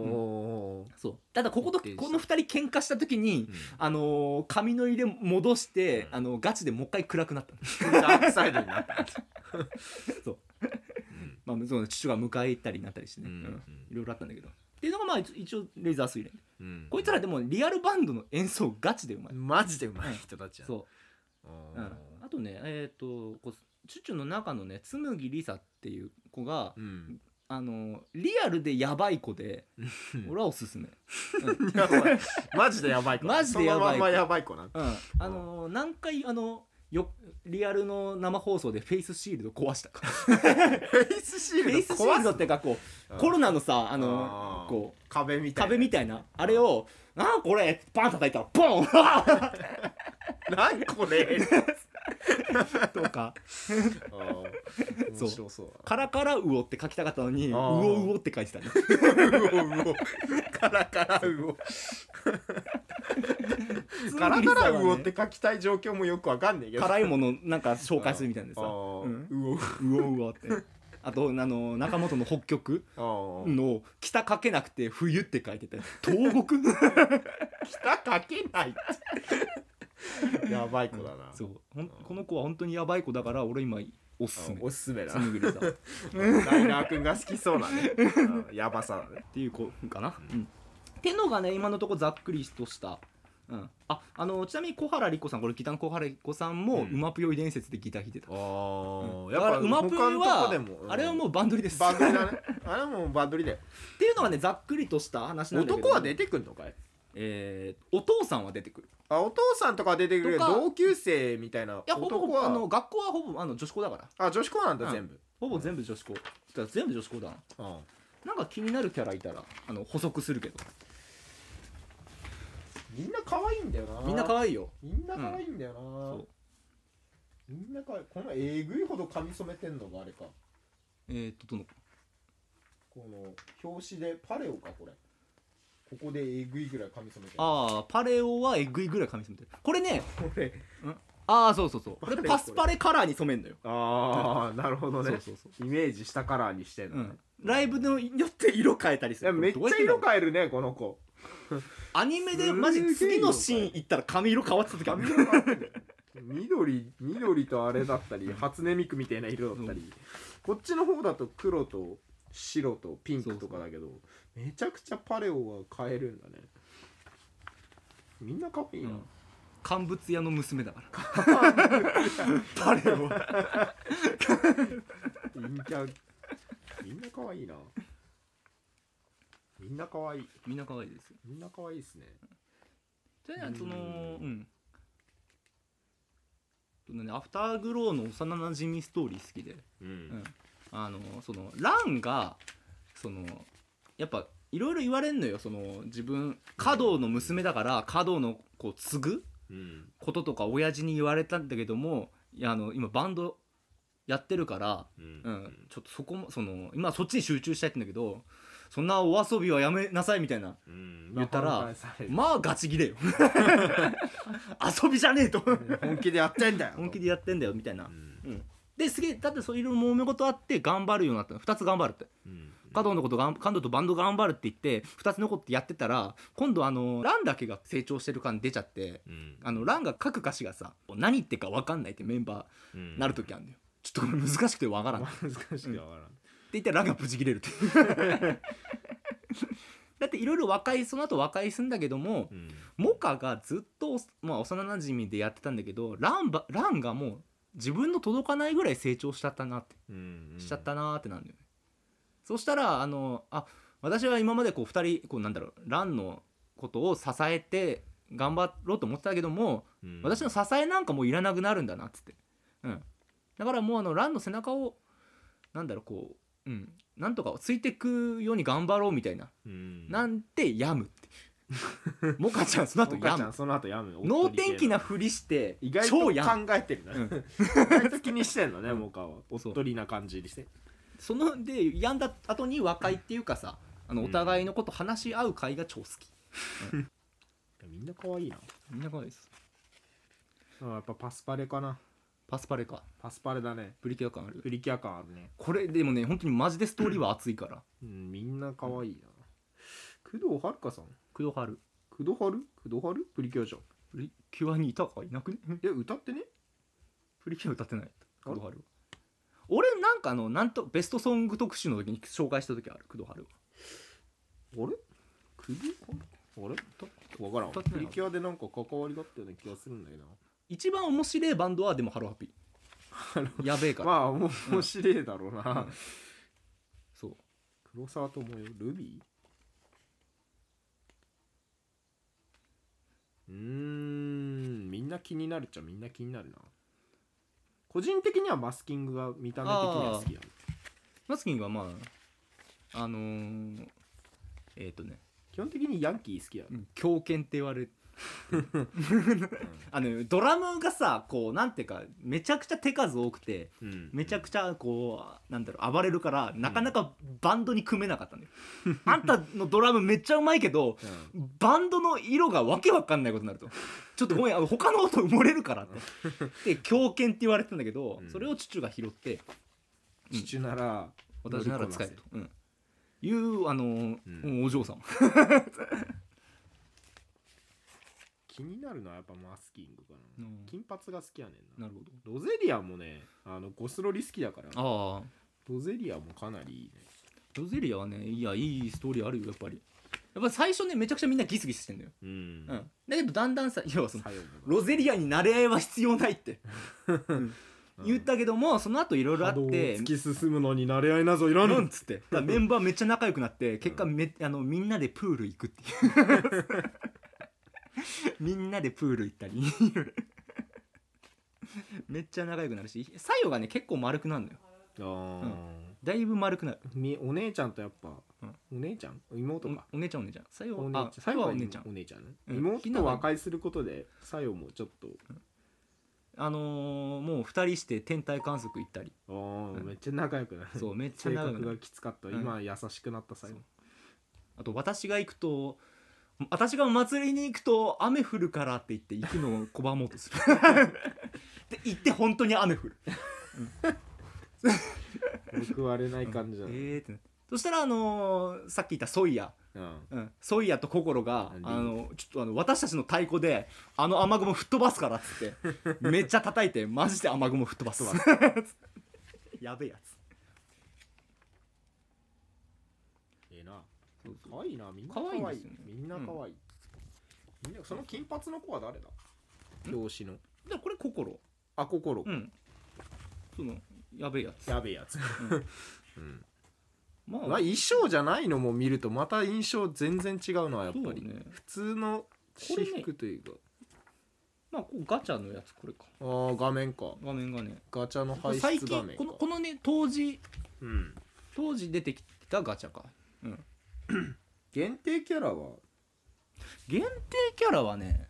[SPEAKER 2] お
[SPEAKER 1] そうただこことこ
[SPEAKER 2] 一定した
[SPEAKER 1] の2人喧嘩した時に、あのー髪の入れ戻して、
[SPEAKER 2] うん
[SPEAKER 1] あのーガチでもう一回暗くなったの
[SPEAKER 2] ー、ダークサイドになったんだ
[SPEAKER 1] そう
[SPEAKER 2] うん
[SPEAKER 1] まあその父が迎え行ったりになったりしてね、
[SPEAKER 2] う
[SPEAKER 1] うん
[SPEAKER 2] ん
[SPEAKER 1] いろいろあったんだけどっていうのがまあ一一応レイザースイレン
[SPEAKER 2] うん
[SPEAKER 1] こいつらでもリアルバンドの演奏ガチでうまい、
[SPEAKER 2] マジでうまい人たちや
[SPEAKER 1] そう
[SPEAKER 2] う
[SPEAKER 1] うんあとねえっ、とこうチュチュの中のね紬りさっていう子が、
[SPEAKER 2] うん
[SPEAKER 1] あのリアルでやばい子で
[SPEAKER 2] うん
[SPEAKER 1] 俺はおすすめ、
[SPEAKER 2] やばいマジでやばい子
[SPEAKER 1] マジでやばい子
[SPEAKER 2] そのまんまやばい子な
[SPEAKER 1] うん、あの何回あのよリアルの生放送でフェイスシールド壊したか
[SPEAKER 2] フェイスシー
[SPEAKER 1] フェイ
[SPEAKER 2] ル
[SPEAKER 1] ス
[SPEAKER 2] ド
[SPEAKER 1] シー
[SPEAKER 2] 壊
[SPEAKER 1] ル
[SPEAKER 2] す
[SPEAKER 1] ドっていうかこうコロナのさあの
[SPEAKER 2] あー
[SPEAKER 1] こう
[SPEAKER 2] 壁みたいな
[SPEAKER 1] 壁みたいなあれを「あーこれ!」パン叩いたらポン
[SPEAKER 2] 何こ れ
[SPEAKER 1] とか
[SPEAKER 2] 面白そう
[SPEAKER 1] 「カラカラウオ」って書きたかったのに「ウ
[SPEAKER 2] あー
[SPEAKER 1] オウオ」って書いてたね
[SPEAKER 2] うおうおカラカラウオカラカラウオって書きたい状況もよくわかんねえけど
[SPEAKER 1] 辛いものなんか紹介するみたいでさ「
[SPEAKER 2] あ
[SPEAKER 1] う
[SPEAKER 2] ー
[SPEAKER 1] ん
[SPEAKER 2] うおう
[SPEAKER 1] うおうお」ってあとあの中本の北極
[SPEAKER 2] あー
[SPEAKER 1] の「北かけなくて冬」って書い てて東国
[SPEAKER 2] 北かけないってやばい子だな
[SPEAKER 1] そうほんこの子は本当にやばい子だから俺今おす
[SPEAKER 2] あ
[SPEAKER 1] すめ
[SPEAKER 2] おすすめだ
[SPEAKER 1] つむぐりさんっ
[SPEAKER 2] ライナー君が好きそうな ねうんやばさだね
[SPEAKER 1] ていう子かな、うん、ってのがね今のとこざっくりとした、うん、ああのちなみに小原莉子さんこれギターの小原莉子さんも
[SPEAKER 2] う
[SPEAKER 1] 「
[SPEAKER 2] ん
[SPEAKER 1] うまぷよい伝説」でギター弾いてた、
[SPEAKER 2] あ
[SPEAKER 1] だから「うまぷよい」はあれはも
[SPEAKER 2] う
[SPEAKER 1] うバンドリです
[SPEAKER 2] バンドリ
[SPEAKER 1] っ
[SPEAKER 2] だねあれはもうバンドリだよ
[SPEAKER 1] ていうのがねざっくりとした話なんだけど
[SPEAKER 2] 男は出てくんのかい
[SPEAKER 1] えー、お父さんは出てくる
[SPEAKER 2] あお父さんとかは出てくるけど
[SPEAKER 1] とか
[SPEAKER 2] 同級生みたいない
[SPEAKER 1] やほぼほ
[SPEAKER 2] 男
[SPEAKER 1] ぼあの
[SPEAKER 2] は
[SPEAKER 1] 学校はほぼあの女子校だから
[SPEAKER 2] あ女子校なん
[SPEAKER 1] う
[SPEAKER 2] だ
[SPEAKER 1] ん
[SPEAKER 2] 全部
[SPEAKER 1] ほぼ全部女子校だから全部女子校だな
[SPEAKER 2] あ
[SPEAKER 1] なんか気になるキャラいたらあの補足するけど
[SPEAKER 2] みんな可愛いんだよな
[SPEAKER 1] みんな可愛いよ
[SPEAKER 2] みんな可愛いんだよな
[SPEAKER 1] そう
[SPEAKER 2] みんな可愛いこのえぐいほど髪染めてんのがあれか
[SPEAKER 1] えー、っとどの
[SPEAKER 2] この表紙でパレオかこれここでえぐいぐらい髪染めてる
[SPEAKER 1] ああパレオはえぐいぐらい髪染めてるこれね
[SPEAKER 2] これ
[SPEAKER 1] ああそうそうそうこれ
[SPEAKER 2] パレオ
[SPEAKER 1] パスパレカラーに染めんのよ
[SPEAKER 2] ああなるほど
[SPEAKER 1] そうそうそう
[SPEAKER 2] イメージしたカラーにしてん
[SPEAKER 1] う
[SPEAKER 2] のね
[SPEAKER 1] んライブのによって色変えたりす
[SPEAKER 2] いや
[SPEAKER 1] る
[SPEAKER 2] めっち
[SPEAKER 1] これど
[SPEAKER 2] ゃ
[SPEAKER 1] うや
[SPEAKER 2] 色
[SPEAKER 1] ってんの
[SPEAKER 2] 変えるねこの子
[SPEAKER 1] アニメです
[SPEAKER 2] げえ
[SPEAKER 1] マジ次のシ
[SPEAKER 2] 色
[SPEAKER 1] ーン
[SPEAKER 2] 変
[SPEAKER 1] 行ったら髪色変わってた時あ
[SPEAKER 2] 髪
[SPEAKER 1] る
[SPEAKER 2] 色変わってんだよ緑緑とあれだったり初音ミクみたいな色だったり、
[SPEAKER 1] うん
[SPEAKER 2] こっちの方だと黒と白とピンクとかだけどめちゃくちゃパレオは変えるんだねみんな可愛いな、
[SPEAKER 1] うん乾物屋の娘だから パレオは
[SPEAKER 2] 陰キャみんな可愛いなみんな可愛い
[SPEAKER 1] みんな可愛いですよ
[SPEAKER 2] みんな可愛いですね
[SPEAKER 1] じゃあねその
[SPEAKER 2] うん
[SPEAKER 1] うんそのねアフターグローの幼なじみストーリー好きで
[SPEAKER 2] うん、
[SPEAKER 1] うんあのそのランがそのやっぱいろいろ言われんのよその自分華道の娘だから華道のこう継ぐ
[SPEAKER 2] うん
[SPEAKER 1] こととか親父に言われたんだけどもいやあの今バンドやってるから、
[SPEAKER 2] うん
[SPEAKER 1] うん、ちょっとそこもその今そっちに集中したいって言うんだけどそんなお遊びはやめなさいみたいな
[SPEAKER 2] うん
[SPEAKER 1] 言ったら
[SPEAKER 2] まあ反対される
[SPEAKER 1] まあガチギレよ 遊びじゃねえと
[SPEAKER 2] 本気でやってんだよ
[SPEAKER 1] 本気でやってんだよみたいな
[SPEAKER 2] う、ん
[SPEAKER 1] うん、ですげえだってそういろいろ揉め事あって頑張るようになったの2つ頑張るって
[SPEAKER 2] うん
[SPEAKER 1] 加藤のことがん加藤とバンド頑張るって言って2つのことやってたら今度あのランだけが成長してる感出ちゃって
[SPEAKER 2] うん
[SPEAKER 1] あのランが書く歌詞がさ何言ってるか分かんないってメンバーなる時あるんだよ、ちょっとこれ難しくて分からんって
[SPEAKER 2] 難しくてわからん
[SPEAKER 1] 言ってランがブチ切れるって だっていろいろ和解その後和解するんだけども
[SPEAKER 2] うん
[SPEAKER 1] モカがずっと、まあ、幼なじみでやってたんだけどランばランがもう自分の届かないぐらい成長しちゃったなって
[SPEAKER 2] うん
[SPEAKER 1] しちゃったなーってなるんだよね、そしたらあのあ私は今までこう2人こうなんだろうランのことを支えて頑張ろうと思ってたけども、
[SPEAKER 2] うん
[SPEAKER 1] 私の支えなんかもういらなくなるんだなっつって、うん、だからもうあのランの背中をなんだろうこう、うん、なんとかついてくように頑張ろうみたいな、
[SPEAKER 2] うん
[SPEAKER 1] なんてやむって モカちゃんその後
[SPEAKER 2] お母
[SPEAKER 1] や
[SPEAKER 2] ちゃ
[SPEAKER 1] む
[SPEAKER 2] んその後やむ
[SPEAKER 1] 能天気なふりして
[SPEAKER 2] 意外
[SPEAKER 1] 超やむ
[SPEAKER 2] と考えてるな
[SPEAKER 1] うん
[SPEAKER 2] 意外と気にしてんのねもうかはおっ
[SPEAKER 1] そう
[SPEAKER 2] とりな感じにして
[SPEAKER 1] そので病んだ後に和解っていうかさあの
[SPEAKER 2] う
[SPEAKER 1] お
[SPEAKER 2] ん
[SPEAKER 1] 互いのこと話し合う会が超好き、
[SPEAKER 2] みんな可愛いな
[SPEAKER 1] みんな可愛いです
[SPEAKER 2] あやっぱパスパレかな
[SPEAKER 1] パスパレか
[SPEAKER 2] パスパレだね
[SPEAKER 1] ブリキャ感ある
[SPEAKER 2] プリキュア感あるね
[SPEAKER 1] これでもね本当にマジでストーリーは熱いから
[SPEAKER 2] うんみんな可愛いな、工藤遥香さん
[SPEAKER 1] クヨハル
[SPEAKER 2] 工藤遥工藤遥プリキュアじゃん
[SPEAKER 1] プリキュアにいたかいなくね
[SPEAKER 2] え歌ってね
[SPEAKER 1] プリキュア歌ってないクドハルは俺なんかあのなんとベストソング特集の時に紹介した時あるクドハルは
[SPEAKER 2] あれ工藤遥あれわから
[SPEAKER 1] 歌
[SPEAKER 2] ん
[SPEAKER 1] ってない
[SPEAKER 2] プリキュアでなんか関わりがあったような気がするんだけど
[SPEAKER 1] 一番面白いバンドはでもハロー ハピ
[SPEAKER 2] ロ
[SPEAKER 1] ーやべえか
[SPEAKER 2] な
[SPEAKER 1] ら、
[SPEAKER 2] まあ面白いだろうな、
[SPEAKER 1] うんそう
[SPEAKER 2] 黒沢智代ルビーうーんみんな気になるっちゃみんな気になるな個人的にはマスキングが見た目的には好きだね
[SPEAKER 1] マスキングはまああのーえっ、とね
[SPEAKER 2] 基本的にヤンキー好きだね
[SPEAKER 1] 狂犬って言われて あのドラムがさこうなんていうかめちゃくちゃ手数多くて
[SPEAKER 2] うん
[SPEAKER 1] めちゃくちゃこうなんだろう暴れるからなかなかバンドに組めなかったね、あんたのドラムめっちゃうまいけど
[SPEAKER 2] うん
[SPEAKER 1] バンドの色がわけわかんないことになるとちょっとごめんあの他の音埋もれるからってで狂犬って言われてたんだけど、
[SPEAKER 2] うん
[SPEAKER 1] それをチュチュが拾って
[SPEAKER 2] 父なら
[SPEAKER 1] 私なら使える
[SPEAKER 2] 乗り
[SPEAKER 1] と、うん、いうあのー
[SPEAKER 2] うん
[SPEAKER 1] お嬢さん
[SPEAKER 2] 気になるのはやっぱマスキングかな、
[SPEAKER 1] うん
[SPEAKER 2] 金髪が好きやねんな
[SPEAKER 1] なるほど
[SPEAKER 2] ロゼリアもねあのゴスロリ好きだから
[SPEAKER 1] ああ
[SPEAKER 2] ロゼリアもかなりいいね
[SPEAKER 1] ロゼリアはねいやいいストーリーあるよやっぱりやっぱ最初ねめちゃくちゃみんなギスギスしてんだよ、
[SPEAKER 2] うん、
[SPEAKER 1] うんだけどだんだんさ要はその
[SPEAKER 2] 作用もな
[SPEAKER 1] ロゼリアに慣れ合いは必要ないって
[SPEAKER 2] うん
[SPEAKER 1] 言ったけども、その後いろいろあっ
[SPEAKER 2] 波動を
[SPEAKER 1] て
[SPEAKER 2] 突き進むのに慣れ合いなぞいら
[SPEAKER 1] なん
[SPEAKER 2] ん
[SPEAKER 1] つってだからメンバーめっちゃ仲良くなって結果めあのみんなでプール行くっていう みんなでプール行ったり めっちゃ仲良くなるし作用がね結構丸くなるのよ
[SPEAKER 2] あー
[SPEAKER 1] だいぶ丸くなる
[SPEAKER 2] みお姉ちゃんとやっぱ、
[SPEAKER 1] うん
[SPEAKER 2] お姉ちゃん妹か
[SPEAKER 1] おお姉ちゃんお姉ちゃん作用
[SPEAKER 2] お姉ちゃ
[SPEAKER 1] あ
[SPEAKER 2] ん
[SPEAKER 1] 作
[SPEAKER 2] 最
[SPEAKER 1] 用
[SPEAKER 2] 後
[SPEAKER 1] は
[SPEAKER 2] は
[SPEAKER 1] お姉ちゃん
[SPEAKER 2] お姉ちゃんね、
[SPEAKER 1] うん
[SPEAKER 2] 妹と和解することでさよもちょっと
[SPEAKER 1] あのーもう二人して天体観測行ったり
[SPEAKER 2] あー、
[SPEAKER 1] うん
[SPEAKER 2] めっちゃ仲良くなる
[SPEAKER 1] そうめっちゃ
[SPEAKER 2] 性
[SPEAKER 1] 仲良く
[SPEAKER 2] 格
[SPEAKER 1] な
[SPEAKER 2] が
[SPEAKER 1] る
[SPEAKER 2] きつかった、
[SPEAKER 1] うん
[SPEAKER 2] 今優しくなったさよ
[SPEAKER 1] そうあと私が行くと私が祭りに行くと雨降るからって言って行くのを拒もうとする で行って本当に雨降る
[SPEAKER 2] 報われない感じだ、うん
[SPEAKER 1] えーってなってそしたらあのーさっき言ったソイヤ、うん、ソイヤと心が
[SPEAKER 2] うん
[SPEAKER 1] あのちょっとあの私たちの太鼓であの雨雲吹っ飛ばすからっつってめっちゃ叩いてマジで雨雲吹っ飛ばす やべえやつ
[SPEAKER 2] ええな
[SPEAKER 1] そうそう
[SPEAKER 2] 可愛いなみんな可愛い
[SPEAKER 1] 可愛いですよね
[SPEAKER 2] みんな可愛い、みんなその金髪の子は誰だ教師の
[SPEAKER 1] でこれ心
[SPEAKER 2] あ心、
[SPEAKER 1] うんそのやべえやつ
[SPEAKER 2] やべえやつ、
[SPEAKER 1] うん
[SPEAKER 2] うん
[SPEAKER 1] ま
[SPEAKER 2] まあ、衣装じゃないのも見るとまた印象全然違うのはやっぱり、
[SPEAKER 1] そうね
[SPEAKER 2] 普通の私服というか、
[SPEAKER 1] まあこうガチャのやつこれか
[SPEAKER 2] ああ画面か
[SPEAKER 1] 画面がね
[SPEAKER 2] ガチャの排
[SPEAKER 1] 最
[SPEAKER 2] 出画
[SPEAKER 1] 近
[SPEAKER 2] 面
[SPEAKER 1] こ
[SPEAKER 2] か
[SPEAKER 1] のこのね当時
[SPEAKER 2] うん、
[SPEAKER 1] 当時出てきたガチャか
[SPEAKER 2] 限定キャラは
[SPEAKER 1] 限定キャラはね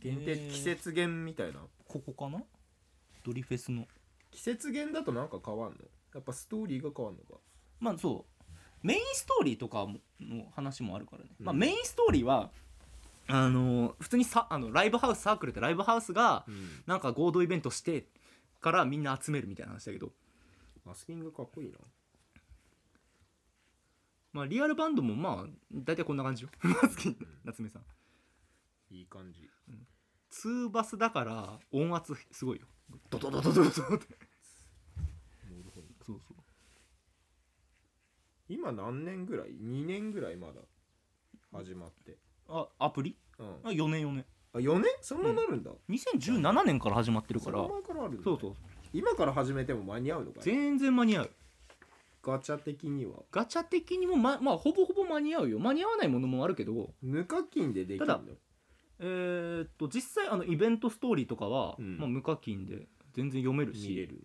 [SPEAKER 2] 限
[SPEAKER 1] え
[SPEAKER 2] 定
[SPEAKER 1] ー
[SPEAKER 2] 季節限みたいな
[SPEAKER 1] ここかなドリフェスの
[SPEAKER 2] 季節限だとなんか変わんのやっぱストーリーが変わんのか
[SPEAKER 1] まあそうメインストーリーとかもの話もあるからね、
[SPEAKER 2] うん
[SPEAKER 1] まあ、メインストーリーはあのー普通にさあのライブハウスサークルってライブハウスが
[SPEAKER 2] うん
[SPEAKER 1] なんか合同イベントしてからみんな集めるみたいな話だけど、
[SPEAKER 2] マスキングかっこいいな
[SPEAKER 1] まあ、リアルバンドもまあ大体こんな感じよマスキン夏目さん
[SPEAKER 2] いい感じ
[SPEAKER 1] ツーバスだから音圧すごいよドドドドドドドって
[SPEAKER 2] なるほど
[SPEAKER 1] そうそう
[SPEAKER 2] 今何年ぐらい2年ぐらいまだ始まって
[SPEAKER 1] あアプリ
[SPEAKER 2] うん
[SPEAKER 1] あ4年4年
[SPEAKER 2] あ4年そんななるんだ、
[SPEAKER 1] 2017年から始まってる
[SPEAKER 2] そ
[SPEAKER 1] か
[SPEAKER 2] んな
[SPEAKER 1] ら
[SPEAKER 2] 前からあるんだね
[SPEAKER 1] そうそう
[SPEAKER 2] 今から始めても間に合うのかい
[SPEAKER 1] 全然間に合う
[SPEAKER 2] ガチャ的には
[SPEAKER 1] ガチャ的にもままあほぼほぼ間に合うよ間に合わないものもあるけど
[SPEAKER 2] 無課金でできるの
[SPEAKER 1] ただえーっと実際あのイベントストーリーとかは、
[SPEAKER 2] うん
[SPEAKER 1] まあ、無課金で全然読めるし
[SPEAKER 2] 見れる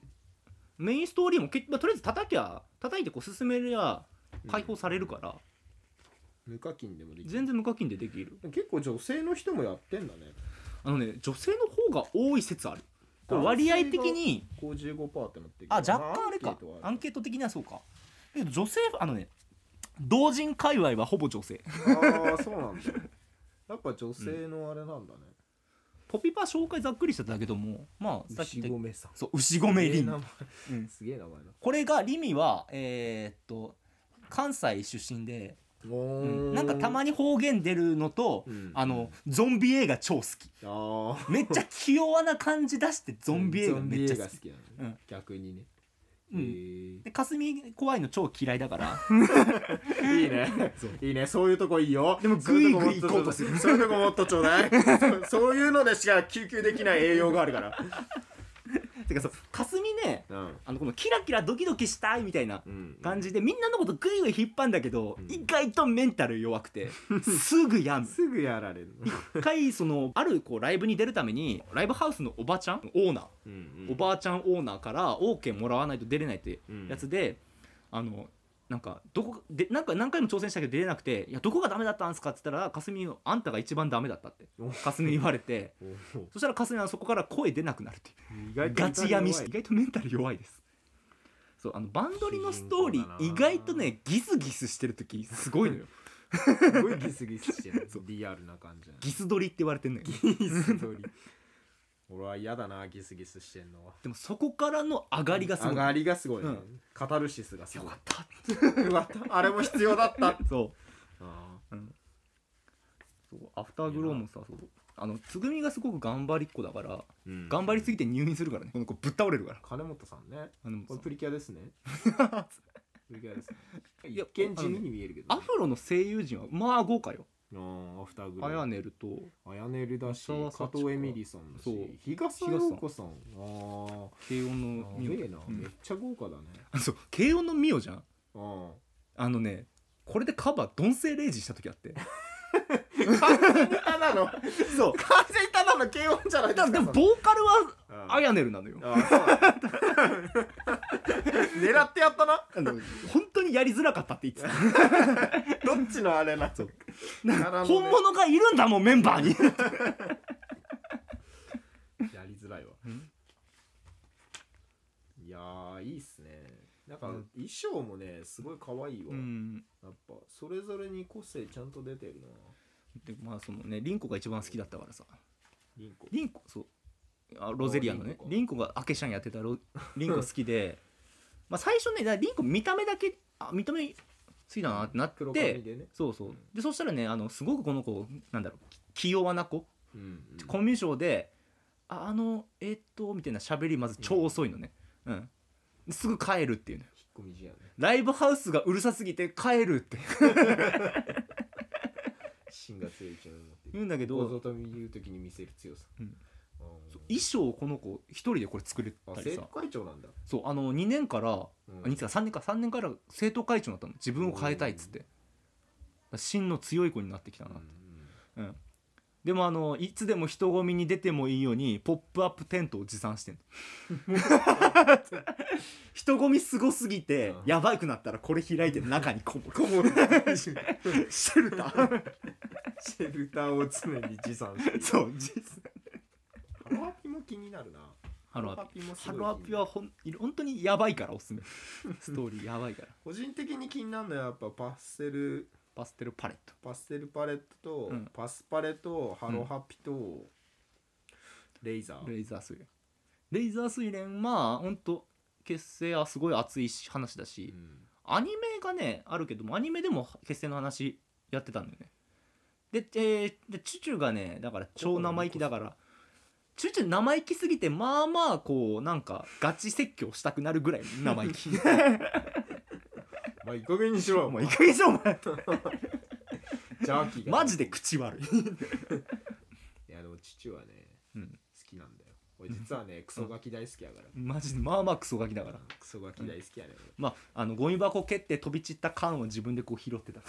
[SPEAKER 1] メインストーリーも結、まあ、とりあえず叩きゃ叩いてこう進めりゃ解放されるから、
[SPEAKER 2] 無課金でもできる
[SPEAKER 1] 全然無課金でできる
[SPEAKER 2] 結構女性の人もやってんだね
[SPEAKER 1] あのね女性の方が多い説あるこれ割合的に
[SPEAKER 2] 55%ってなってる
[SPEAKER 1] あ若干あれかアンケート的にはそうかだけど女性あのね同人界隈はほぼ女性
[SPEAKER 2] あーそうなんだやっぱ女性のあれなんだね、
[SPEAKER 1] ポピパ紹介ざっくりしてたけどもまあさっき
[SPEAKER 2] 牛
[SPEAKER 1] 言った
[SPEAKER 2] 込さん
[SPEAKER 1] そう牛込り
[SPEAKER 2] すげえ
[SPEAKER 1] ん
[SPEAKER 2] 名前
[SPEAKER 1] うん
[SPEAKER 2] すげえ名前だ
[SPEAKER 1] これがリミはえーっと関西出身で、
[SPEAKER 2] お
[SPEAKER 1] う
[SPEAKER 2] ー
[SPEAKER 1] んなんかたまに方言出るのと、
[SPEAKER 2] うん
[SPEAKER 1] あのゾンビ映画超好き
[SPEAKER 2] あー
[SPEAKER 1] めっちゃ器用な感じ出してゾンビ映
[SPEAKER 2] ゾ
[SPEAKER 1] 画
[SPEAKER 2] ンビ
[SPEAKER 1] めっちゃ
[SPEAKER 2] 映
[SPEAKER 1] 好
[SPEAKER 2] 画
[SPEAKER 1] き
[SPEAKER 2] 好きな
[SPEAKER 1] う
[SPEAKER 2] の
[SPEAKER 1] ん
[SPEAKER 2] ね逆にね
[SPEAKER 1] うん
[SPEAKER 2] へ
[SPEAKER 1] で霞怖いの超嫌いだから
[SPEAKER 2] えいいねいいねそういうとこいいよ
[SPEAKER 1] でも
[SPEAKER 2] そういう
[SPEAKER 1] ぐいぐい行こうとする
[SPEAKER 2] そういうとこもっとちょうだい そうそういうのでしか救急できない栄養があるから
[SPEAKER 1] てかそう霞ね
[SPEAKER 2] うん
[SPEAKER 1] あのこのキラキラドキドキしたいみたいな
[SPEAKER 2] うん
[SPEAKER 1] 感じでみんなのことグイグイ引っ張んだけど、
[SPEAKER 2] うん
[SPEAKER 1] 意外とメンタル弱く てすぐ病む
[SPEAKER 2] すぐやられる
[SPEAKER 1] 一回そのあるこうライブに出るためにライブハウスのおばちゃんオーナー
[SPEAKER 2] うん
[SPEAKER 1] おばあちゃんオーナーからオーケーもらわないと出れないってやつで、あのなんかどこでなんか何回も挑戦したけど出れなくて「いやどこがダメだったんですか?」って言ったら「かすみあんたが一番ダメだった」って
[SPEAKER 2] お
[SPEAKER 1] かすみ言われて
[SPEAKER 2] おー
[SPEAKER 1] そしたらかすみはそこから声出なくなるっていう
[SPEAKER 2] 意外と
[SPEAKER 1] ガチ闇して
[SPEAKER 2] 意
[SPEAKER 1] 意
[SPEAKER 2] 外と
[SPEAKER 1] 外とメンタル弱いですそうあのバンドリのストーリ
[SPEAKER 2] 主人公
[SPEAKER 1] ー
[SPEAKER 2] だな
[SPEAKER 1] 意外とねギスギスしてる時すごい のよ
[SPEAKER 2] すごいギスギス してるリアルな感じだね
[SPEAKER 1] ギス撮りって言われてんのよ
[SPEAKER 2] ギス通り 俺は嫌だなギスギスしてんのは
[SPEAKER 1] でもそこからの上がりがすごい
[SPEAKER 2] 上がりがすごいね、
[SPEAKER 1] うん
[SPEAKER 2] カタルシスがす
[SPEAKER 1] よ
[SPEAKER 2] ごい
[SPEAKER 1] かった
[SPEAKER 2] よか ったあれも必要だった
[SPEAKER 1] そう
[SPEAKER 2] あ
[SPEAKER 1] そうアフターグローもさそうあのつぐみがすごく頑張りっ子だから
[SPEAKER 2] ー、うん
[SPEAKER 1] 頑張りすぎて入院するからねこの子ぶっ倒れるから
[SPEAKER 2] 金本さんね
[SPEAKER 1] あの
[SPEAKER 2] これプリキュアです ねプリキュアですね
[SPEAKER 1] いや
[SPEAKER 2] 一見地味に見えるけど、
[SPEAKER 1] アフロの声優陣はまあ豪華よ
[SPEAKER 2] あーアフターグロ
[SPEAKER 1] あや
[SPEAKER 2] ー
[SPEAKER 1] ねると
[SPEAKER 2] あやねるだし
[SPEAKER 1] 浅田
[SPEAKER 2] 加
[SPEAKER 1] 幸子
[SPEAKER 2] 藤エミリさんだ
[SPEAKER 1] そう
[SPEAKER 2] し東野陽子さんあ
[SPEAKER 1] 軽音
[SPEAKER 2] あ
[SPEAKER 1] の
[SPEAKER 2] やべえ
[SPEAKER 1] ミ
[SPEAKER 2] な、
[SPEAKER 1] オ
[SPEAKER 2] めっちゃ豪華だね
[SPEAKER 1] あそう軽音のミオじゃん
[SPEAKER 2] ああ
[SPEAKER 1] あのねこれでカバードンセイレイジした時あって
[SPEAKER 2] ただの
[SPEAKER 1] そう
[SPEAKER 2] 完全にただの軽音じゃないで
[SPEAKER 1] だ
[SPEAKER 2] すか
[SPEAKER 1] でもボーカルはあ
[SPEAKER 2] や
[SPEAKER 1] やねるなのよ
[SPEAKER 2] 狙ってやったな
[SPEAKER 1] あの本当にやりづらかったって言って
[SPEAKER 2] どっちのあれな
[SPEAKER 1] そう
[SPEAKER 2] の
[SPEAKER 1] た本物がいるんだもんメンバーに
[SPEAKER 2] やりづらいわ
[SPEAKER 1] うん
[SPEAKER 2] いやーいいっすねなんか
[SPEAKER 1] う
[SPEAKER 2] 衣
[SPEAKER 1] ん
[SPEAKER 2] 装もねすごい可愛いわ、
[SPEAKER 1] うん
[SPEAKER 2] やっぱそれぞれに個性ちゃんと出てるな
[SPEAKER 1] でまあそのねリンコが一番好きだったからさ
[SPEAKER 2] リンコ
[SPEAKER 1] リンコそうあロゼリアのね
[SPEAKER 2] あ
[SPEAKER 1] リ
[SPEAKER 2] リ
[SPEAKER 1] ンコがアケシャンやってた ロリンコ好きでまあ最初ねだからリンコ見た目だけあ見た目好きだなってなっ
[SPEAKER 2] 黒
[SPEAKER 1] て
[SPEAKER 2] 髪でね
[SPEAKER 1] そうそうでそしたらねあのすごくこの子なんだろうき器用な子
[SPEAKER 2] うん、うん
[SPEAKER 1] コミュ障で「ああのえーっと」みたいな喋りまず超遅いのねうん、すぐ帰るっていうね
[SPEAKER 2] 引っ込み思案ね
[SPEAKER 1] ライブハウスがうるさすぎて帰るって
[SPEAKER 2] 芯が強い一面を持っている
[SPEAKER 1] 言うんだけ
[SPEAKER 2] 大
[SPEAKER 1] ど
[SPEAKER 2] 外見言う時に見せる強さ、
[SPEAKER 1] うん
[SPEAKER 2] あー
[SPEAKER 1] 衣装をこの子一人でこれ作れ
[SPEAKER 2] あ
[SPEAKER 1] たり
[SPEAKER 2] 生
[SPEAKER 1] さ
[SPEAKER 2] 徒会長なんだ、
[SPEAKER 1] そうあの2年から
[SPEAKER 2] うん
[SPEAKER 1] あいつか3年か3年から生徒会長になったの自分を変えたいっつって真の強い子になってきたな、
[SPEAKER 2] うん
[SPEAKER 1] うんでもあのいつでも人混みに出てもいいようにポップアップテントを持参してんの 人混みすごすぎて、
[SPEAKER 2] うん
[SPEAKER 1] やばくなったらこれ開いて中に こもる
[SPEAKER 2] こもる シ
[SPEAKER 1] シェルター
[SPEAKER 2] ェルターを常に持参している
[SPEAKER 1] そう実
[SPEAKER 2] ハロアピも気になるな
[SPEAKER 1] ハロア
[SPEAKER 2] ピも
[SPEAKER 1] ピ
[SPEAKER 2] す
[SPEAKER 1] ハ
[SPEAKER 2] ごい
[SPEAKER 1] ロアピはほん本当にやばいからおすすめストーリーやばいから
[SPEAKER 2] 個人的に気になるのはやっぱパステル
[SPEAKER 1] パステルパレット
[SPEAKER 2] パステルパレットと、
[SPEAKER 1] うん
[SPEAKER 2] パスパレとハロハピと、レイザー
[SPEAKER 1] レイザー水蓮レイザー水蓮まあ本当結成はすごい熱いし話だし、
[SPEAKER 2] うん
[SPEAKER 1] アニメがねあるけどもアニメでも結成の話やってたんだよねで,、えーでチュチュがねだから超生意気だからチュチュ生意気すぎてまあまあこうなんかガチ説教したくなるぐらい生意 気
[SPEAKER 2] まあいい加減にしろ
[SPEAKER 1] お
[SPEAKER 2] お
[SPEAKER 1] 前
[SPEAKER 2] 前
[SPEAKER 1] いい加減にしろお前
[SPEAKER 2] ジャーキーが
[SPEAKER 1] マジで口悪い
[SPEAKER 2] いやでも父はね、
[SPEAKER 1] うん
[SPEAKER 2] 好きなんだよ俺実はね クソガキ大好きやから、
[SPEAKER 1] マジでまあまあクソガキだから
[SPEAKER 2] クソガキ大好きやね、
[SPEAKER 1] まああのゴミ箱蹴って飛び散った缶を自分でこう拾ってた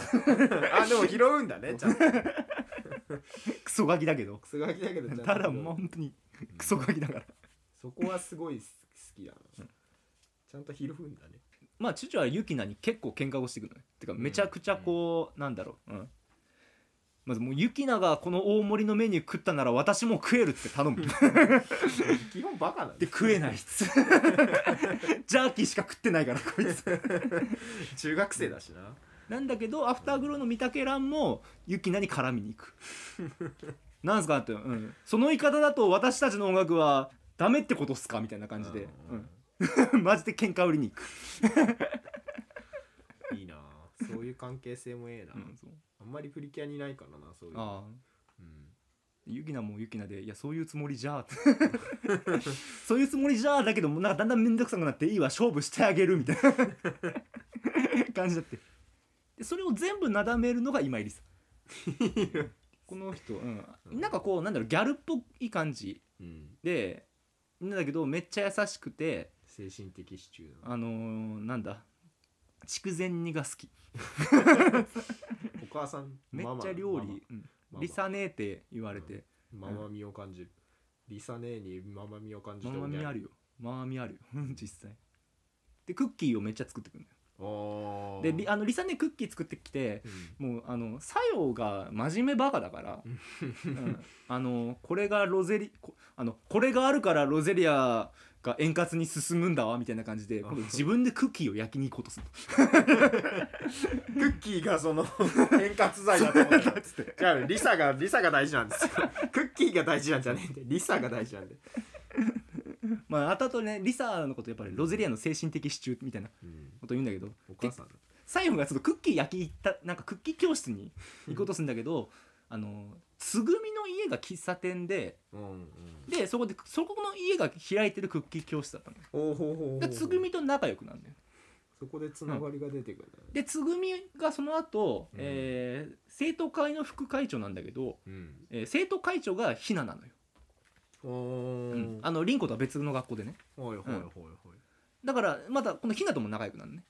[SPEAKER 2] 俺あでも拾うんだねちゃんとク
[SPEAKER 1] クソガキだけど
[SPEAKER 2] ソガキだけどちゃんと拾う
[SPEAKER 1] ただもう本当にクソガキだから
[SPEAKER 2] そこはすごい好きだな、ちゃんと拾うんだね
[SPEAKER 1] まあチュチュはユキナに結構喧嘩をしてくるねてかめちゃくちゃこう、なんだろう、うん、まずもうユキナがこの大盛りのメニュー食ったなら私も食えるって頼む
[SPEAKER 2] 基本バカなん
[SPEAKER 1] で
[SPEAKER 2] で
[SPEAKER 1] 食えないっ つジャーキーしか食ってないからこい つ
[SPEAKER 2] 中学生だしな
[SPEAKER 1] なんだけどアフターグローの御嶽蘭もユキナに絡みに行くなんすかって、うん、その言い方だと私たちの音楽はダメってことっすかみたいな感じで、うん マジで喧嘩売りに行く、
[SPEAKER 2] いいなそういう関係性もええな、
[SPEAKER 1] うん、そう
[SPEAKER 2] あんまりプリキュアにないからなそういうの
[SPEAKER 1] ああ
[SPEAKER 2] うん
[SPEAKER 1] ゆきなもゆきなでいやそういうつもりじゃあって そういうつもりじゃあだけどもうなんかだんだん面倒くさくなっていいわ勝負してあげるみたいな感じだってでそれを全部なだめるのが今入りさこの人、うん、なんかこうなんだろうギャルっぽい感じ
[SPEAKER 2] うん、
[SPEAKER 1] でなんだけどめっちゃ優しくて
[SPEAKER 2] 精神的支柱だな
[SPEAKER 1] あのー、なんだ筑前煮が好き
[SPEAKER 2] お母さん
[SPEAKER 1] めっ
[SPEAKER 2] ママ
[SPEAKER 1] ちゃ料理、うん
[SPEAKER 2] ママ
[SPEAKER 1] リサネーって言われて、
[SPEAKER 2] ママママみを感じるリサ姉にママみを感じ
[SPEAKER 1] ま
[SPEAKER 2] て
[SPEAKER 1] あまみあるよまあみあるよ 実際でクッキーをめっちゃ作ってくるんだよ
[SPEAKER 2] お
[SPEAKER 1] でリあのリサねクッキー作ってきてもうあの作用が真面目バカだから、うんあのこれがロゼリこあのこれがあるからロゼリアが円滑に進むんだわみたいな感じで今度自分でクッキーを焼きに行こうとする
[SPEAKER 2] クッキーがそ の円滑剤だと思ったじゃあリサがリサが大事なんですよクッキーが大事なんじゃねえんでリサが大事なんで、
[SPEAKER 1] まあ後々ねリサのことやっぱりロゼリアの精神的支柱みたいなこと言うんだけど
[SPEAKER 2] お母さんだ
[SPEAKER 1] サイモンがちょっとクッキー焼き行ったなんかクッキー教室に行こうとするんだけどあのつぐみの家が喫茶店で
[SPEAKER 2] うんうん
[SPEAKER 1] でそこでそこの家が開いてるクッキー教室だったのよ
[SPEAKER 2] おおほうほうほう
[SPEAKER 1] でつぐみと仲良くなるんだよ
[SPEAKER 2] そこでつながりが出てくるんだね
[SPEAKER 1] でつぐみがその後、
[SPEAKER 2] うん
[SPEAKER 1] えー生徒会の副会長なんだけど、
[SPEAKER 2] うん
[SPEAKER 1] えー生徒会長がひななのよ、
[SPEAKER 2] お
[SPEAKER 1] う
[SPEAKER 2] ー
[SPEAKER 1] ん、あの凛子とは別の学校でね
[SPEAKER 2] はいはいはいは
[SPEAKER 1] だからまたこのひなとも仲良くなるのね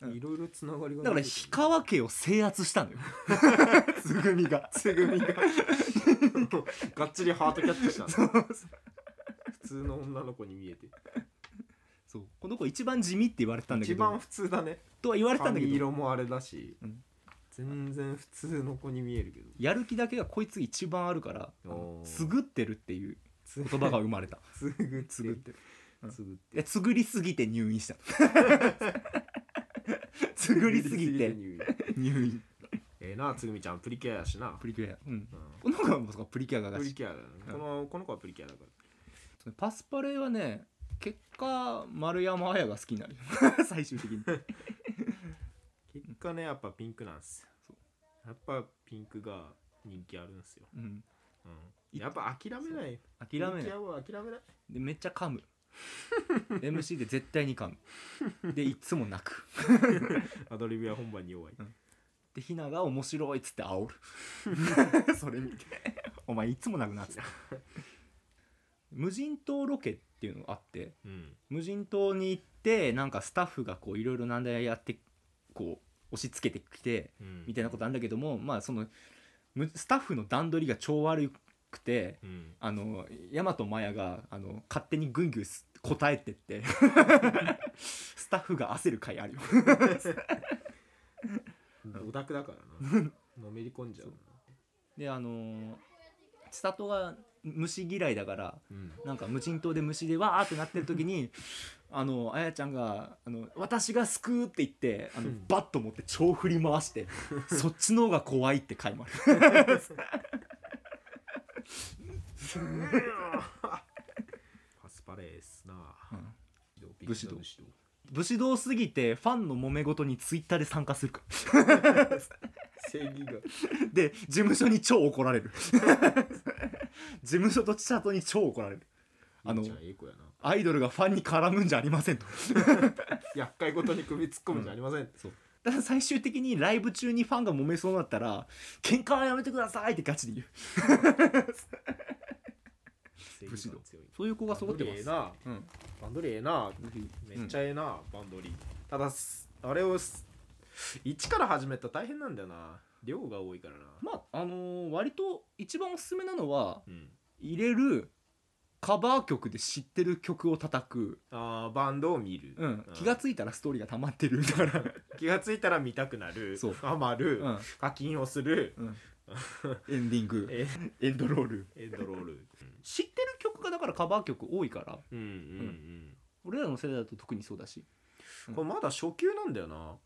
[SPEAKER 1] うん
[SPEAKER 2] いいろいろつながりが
[SPEAKER 1] だから
[SPEAKER 2] 出て
[SPEAKER 1] 氷
[SPEAKER 2] くる
[SPEAKER 1] 川家を制圧したのよ つぐみが
[SPEAKER 2] つぐ みががっちりハートキャッチした んだ普通の女の子に見えて
[SPEAKER 1] そうこの子一番地味って言われてたんだけ
[SPEAKER 2] 一
[SPEAKER 1] ど
[SPEAKER 2] 番普通だね
[SPEAKER 1] とは言われてたんだけ
[SPEAKER 2] 髪
[SPEAKER 1] ど
[SPEAKER 2] 色もあれだし、
[SPEAKER 1] うん
[SPEAKER 2] 全然普通の子に見えるけど
[SPEAKER 1] やる気だけがこいつ一番あるからあの
[SPEAKER 2] おー
[SPEAKER 1] つぐってるっていう
[SPEAKER 2] つ
[SPEAKER 1] 言葉が生ま れた
[SPEAKER 2] つぐ
[SPEAKER 1] つぐってるうん
[SPEAKER 2] つぐって
[SPEAKER 1] でつぐりすぎて入院した つぐりすぎて
[SPEAKER 2] 入院
[SPEAKER 1] 入院
[SPEAKER 2] ええなつぐみちゃんプリキュアやしな、
[SPEAKER 1] プリキュアうんこ
[SPEAKER 2] う
[SPEAKER 1] の子はもうそこプリキュアが
[SPEAKER 2] ん、
[SPEAKER 1] だ
[SPEAKER 2] プリ
[SPEAKER 1] し
[SPEAKER 2] キュアだね、
[SPEAKER 1] うん
[SPEAKER 2] このこの子はプリキュアだから
[SPEAKER 1] パスパレはね結果丸山綾が好きになる よ最終的に
[SPEAKER 2] 結果ねやっぱピンクなんすよ
[SPEAKER 1] そ
[SPEAKER 2] やっぱピンクが人気あるんすよ、
[SPEAKER 1] うん
[SPEAKER 2] うん、やっぱ諦めない
[SPEAKER 1] 諦め
[SPEAKER 2] ピン
[SPEAKER 1] な
[SPEAKER 2] キ
[SPEAKER 1] い
[SPEAKER 2] ュアは諦めない
[SPEAKER 1] でめっちゃ 噛む MC で絶対に噛むでいつも泣く
[SPEAKER 2] アドリブや本番に弱い
[SPEAKER 1] でひなが面白いっつって煽る それ見てお前いつもなくなっつって無人島ロケっていうのがあって
[SPEAKER 2] うん
[SPEAKER 1] 無人島に行ってなんかスタッフがこういろいろなんだやってこう押し付けてきて
[SPEAKER 2] うん
[SPEAKER 1] みたいなことあるんだけどもまあそのむスタッフの段取りが超悪くて
[SPEAKER 2] うん
[SPEAKER 1] あの大和マヤがあの勝手にぐんぐんす答えてって スタッフが焦る回あるよ
[SPEAKER 2] オタクだか らなのめり込んじゃうな
[SPEAKER 1] であのー千里が虫嫌いだから
[SPEAKER 2] うん
[SPEAKER 1] なんか無人島で虫でわーってなってる時に あのあやちゃんがあの「私が救う」って言ってあの
[SPEAKER 2] うん
[SPEAKER 1] バッと持って超振り回 して「そっちの方が怖い」って回もある
[SPEAKER 2] パスパレースな
[SPEAKER 1] うん
[SPEAKER 2] 武
[SPEAKER 1] 武士道武士道すぎてファンの揉め事にツイッターで参加するか
[SPEAKER 2] 正義が
[SPEAKER 1] らで事務所に超怒ら れる事務所と千里に超怒られるあ
[SPEAKER 2] あ
[SPEAKER 1] の
[SPEAKER 2] のええ子やな
[SPEAKER 1] アイドルがファンに絡むんじゃありませんと
[SPEAKER 2] 厄介ごとに首突っ込むんじゃありません、
[SPEAKER 1] そうただ 最終的にライブ中にファンが揉めそうになったら「喧嘩はやめてください」ってガチで言う
[SPEAKER 2] 正義感強い
[SPEAKER 1] そういう子が
[SPEAKER 2] バン
[SPEAKER 1] 揃
[SPEAKER 2] ド
[SPEAKER 1] って
[SPEAKER 2] リー
[SPEAKER 1] ま
[SPEAKER 2] ええ
[SPEAKER 1] す
[SPEAKER 2] な
[SPEAKER 1] うん
[SPEAKER 2] バンドリーええなめっちゃええな、バンドリーただすあれをす一から始めたら大変なんだよな量が多いからな
[SPEAKER 1] まああのー割と一番おすすめなのは
[SPEAKER 2] うん
[SPEAKER 1] 入れるカバー曲で知ってる曲を叩く、
[SPEAKER 2] あーバンドを見る、
[SPEAKER 1] うん
[SPEAKER 2] うん、
[SPEAKER 1] 気がついたらストーリーが溜まってるだから、
[SPEAKER 2] 気がついたら見たくなる
[SPEAKER 1] そう
[SPEAKER 2] ハマる、
[SPEAKER 1] うん
[SPEAKER 2] 課金をする
[SPEAKER 1] うん、エンディング
[SPEAKER 2] え
[SPEAKER 1] エンドロール
[SPEAKER 2] エンドロール
[SPEAKER 1] 知ってる曲がだからカバー曲多いから
[SPEAKER 2] うんうんうん、
[SPEAKER 1] 俺らの世代だと特にそうだし
[SPEAKER 2] これまだ初級なんだよな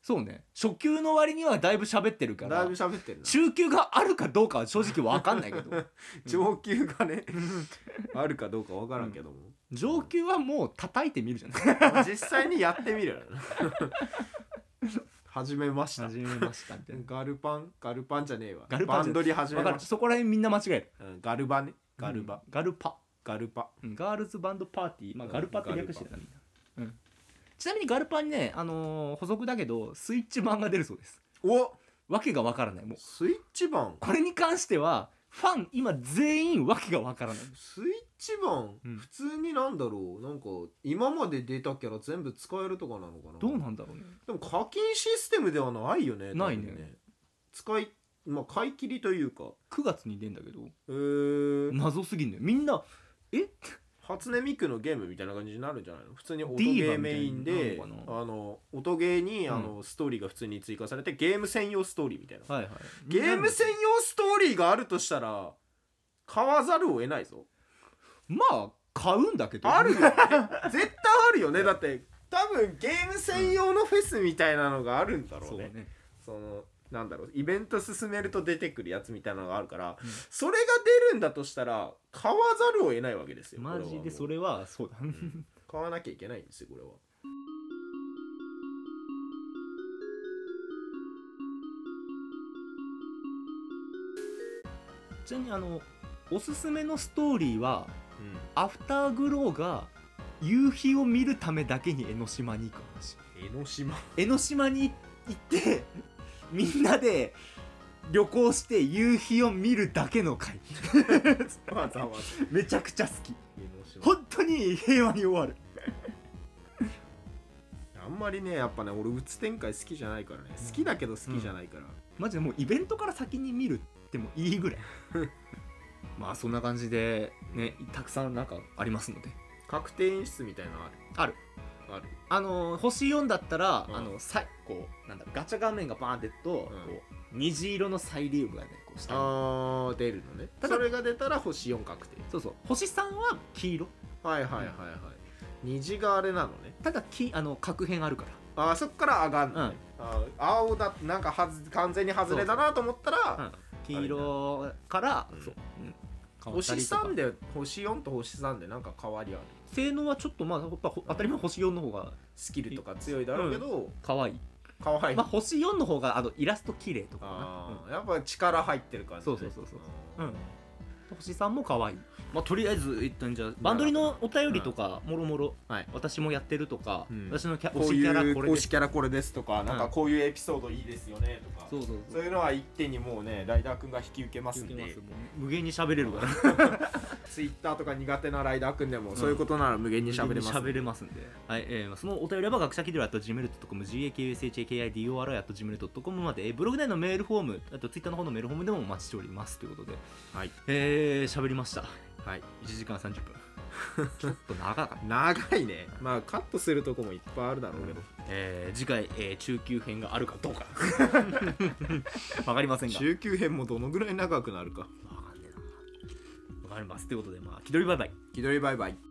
[SPEAKER 1] そうね初級の割にはだいぶ喋ってるか
[SPEAKER 2] だい
[SPEAKER 1] ら
[SPEAKER 2] ぶ喋ってるな
[SPEAKER 1] 中級があるかどうかは正直分かんないけど
[SPEAKER 2] 上級がね あるかどうかわからんけども、
[SPEAKER 1] 上級はもう叩いてみるじゃない
[SPEAKER 2] 実際にやってみる 始めました
[SPEAKER 1] 始めましたみたい な
[SPEAKER 2] ガルパンガルパンじゃねえわ
[SPEAKER 1] ガルパン
[SPEAKER 2] バンドリ始め
[SPEAKER 1] 分か
[SPEAKER 2] ま
[SPEAKER 1] る
[SPEAKER 2] し
[SPEAKER 1] そこら辺みんな間違える
[SPEAKER 2] た、うんガルバねガルバ、
[SPEAKER 1] うんガルパ
[SPEAKER 2] ガルパ
[SPEAKER 1] うんガールズバンドパーティー、まあ、
[SPEAKER 2] うん
[SPEAKER 1] ガルパって略してたみんな、うん、ちなみにガルパにね、あのー補足だけどスイッチ版が出るそうです
[SPEAKER 2] お
[SPEAKER 1] わけがわからないもう
[SPEAKER 2] スイッチ版
[SPEAKER 1] これに関してはファン今全員わけがわからない
[SPEAKER 2] スイッチ版、
[SPEAKER 1] うん
[SPEAKER 2] 普通になんだろうなんか今まで出たキャラ全部使えるとかなのかな
[SPEAKER 1] どうなんだろうね
[SPEAKER 2] でも課金システムではないよね
[SPEAKER 1] ないね
[SPEAKER 2] 多分使いまあ買い切りというか
[SPEAKER 1] 9月に出んだけど
[SPEAKER 2] えー、
[SPEAKER 1] 謎すぎんのよみんなえ
[SPEAKER 2] 初音ミクのゲームみたいな感じになるんじゃないの普通に音ゲ
[SPEAKER 1] ディーバみたい
[SPEAKER 2] ー
[SPEAKER 1] に
[SPEAKER 2] メインで
[SPEAKER 1] なるのか
[SPEAKER 2] あの音ゲーに
[SPEAKER 1] うん
[SPEAKER 2] あのストーリーが普通に追加されてゲーム専用ストーリーみたいな
[SPEAKER 1] はいはい
[SPEAKER 2] ゲーム専
[SPEAKER 1] 用
[SPEAKER 2] 用ストーリーがあるとしたら買わざるを得ないぞ
[SPEAKER 1] まあ買うんだけど
[SPEAKER 2] あるよね絶対あるよねだって多分ゲーム専用のフェスみたいなのがあるんだ ろ
[SPEAKER 1] そうう
[SPEAKER 2] ね
[SPEAKER 1] ね
[SPEAKER 2] そのなんだろうイベント進めると出てくるやつみたいなのがあるから、
[SPEAKER 1] うん
[SPEAKER 2] それが出るんだとしたら買わざるを得ないわけですよ
[SPEAKER 1] マジでそ
[SPEAKER 2] れはも
[SPEAKER 1] れはそうだ
[SPEAKER 2] う買わなきゃいけないんですよこれは
[SPEAKER 1] ちなみにあのおすすめのストーリーはアフターグローが夕日を見るためだけに江ノ島に行く話
[SPEAKER 2] 江 ノ島
[SPEAKER 1] 江ノ島に行ってみんなで旅行して夕日を見るだけの回
[SPEAKER 2] わざわざ
[SPEAKER 1] めちゃくちゃ好き
[SPEAKER 2] 江ノ島
[SPEAKER 1] 本当に平和に終わる
[SPEAKER 2] あんまりねやっぱね俺うつ展開好きじゃないからね好きだけど好きじゃないから、
[SPEAKER 1] マジでもうイベントから先に見るってもいいぐらい まあそんな感じでねたくさんなんかありますので
[SPEAKER 2] 確定演出みたいなのあるある
[SPEAKER 1] あの星4だったら、
[SPEAKER 2] うん
[SPEAKER 1] あのさこうなんだガチャ画面がバーンってと、
[SPEAKER 2] うん
[SPEAKER 1] こう虹色のサイリウムがねこう下に
[SPEAKER 2] あー出るのね
[SPEAKER 1] ただ
[SPEAKER 2] それが出たら星4確定
[SPEAKER 1] そうそう星3は黄色
[SPEAKER 2] はいはいはいはい、虹があれなのね
[SPEAKER 1] ただきあの角片あるか
[SPEAKER 2] あーそっから上がんの
[SPEAKER 1] ら、うん
[SPEAKER 2] あー青だなんかはず完全に外れだなと思った
[SPEAKER 1] う
[SPEAKER 2] ら
[SPEAKER 1] ん黄色から、
[SPEAKER 2] うん
[SPEAKER 1] そう、うん、変わった
[SPEAKER 2] 星
[SPEAKER 1] りとか
[SPEAKER 2] 3で星4と星3でなんか変わりある
[SPEAKER 1] 性能はちょっとまあやっぱほ当たり前星4の方が
[SPEAKER 2] スキルとか強いだろうけど
[SPEAKER 1] 可愛い、
[SPEAKER 2] 可愛い
[SPEAKER 1] まあ星4の方があのイラスト綺麗とかか
[SPEAKER 2] あーやっぱ力入ってる感じ
[SPEAKER 1] そ
[SPEAKER 2] ね
[SPEAKER 1] うそうそうそう
[SPEAKER 2] あー
[SPEAKER 1] うんな、うん、星3も可愛いまあとりあえず一旦じゃバンドリのお便りとかもろもろ
[SPEAKER 2] はい
[SPEAKER 1] 私もやってるとか、
[SPEAKER 2] うん
[SPEAKER 1] 私のキャ推
[SPEAKER 2] こう
[SPEAKER 1] し
[SPEAKER 2] い
[SPEAKER 1] キ
[SPEAKER 2] う
[SPEAKER 1] ャラこれ
[SPEAKER 2] 推
[SPEAKER 1] で
[SPEAKER 2] しキャラこれですとかなんかこういうエピソードいいですよねとか
[SPEAKER 1] そうそう
[SPEAKER 2] そういうのは一手にもうねライダーくんが引き受けます
[SPEAKER 1] 言っ
[SPEAKER 2] ん
[SPEAKER 1] てます
[SPEAKER 2] で
[SPEAKER 1] もう無限に喋れるから
[SPEAKER 2] ツイッターとか苦手なライダーくんでもそういうことなら無限に喋れますんで
[SPEAKER 1] 喋れますんで、はいえーそのお便りは学者キドラ .gmail.com gakushakidora.gmail.com まで、えーブログ内のメールフォームあとツイッターの方のメールフォームでもお待ちしておりますということで
[SPEAKER 2] はい
[SPEAKER 1] えー、喋りました
[SPEAKER 2] はい
[SPEAKER 1] 1時間30分 ちょっと長かった
[SPEAKER 2] 長いねまあカットするとこもいっぱいあるだろうけど
[SPEAKER 1] えー次回、えー中級編があるか どうかわかりませんが
[SPEAKER 2] 中級編もどのぐらい長くなるか
[SPEAKER 1] わかんねえなわかりますということでまあ気取りバイバイ
[SPEAKER 2] 気取りバイバイ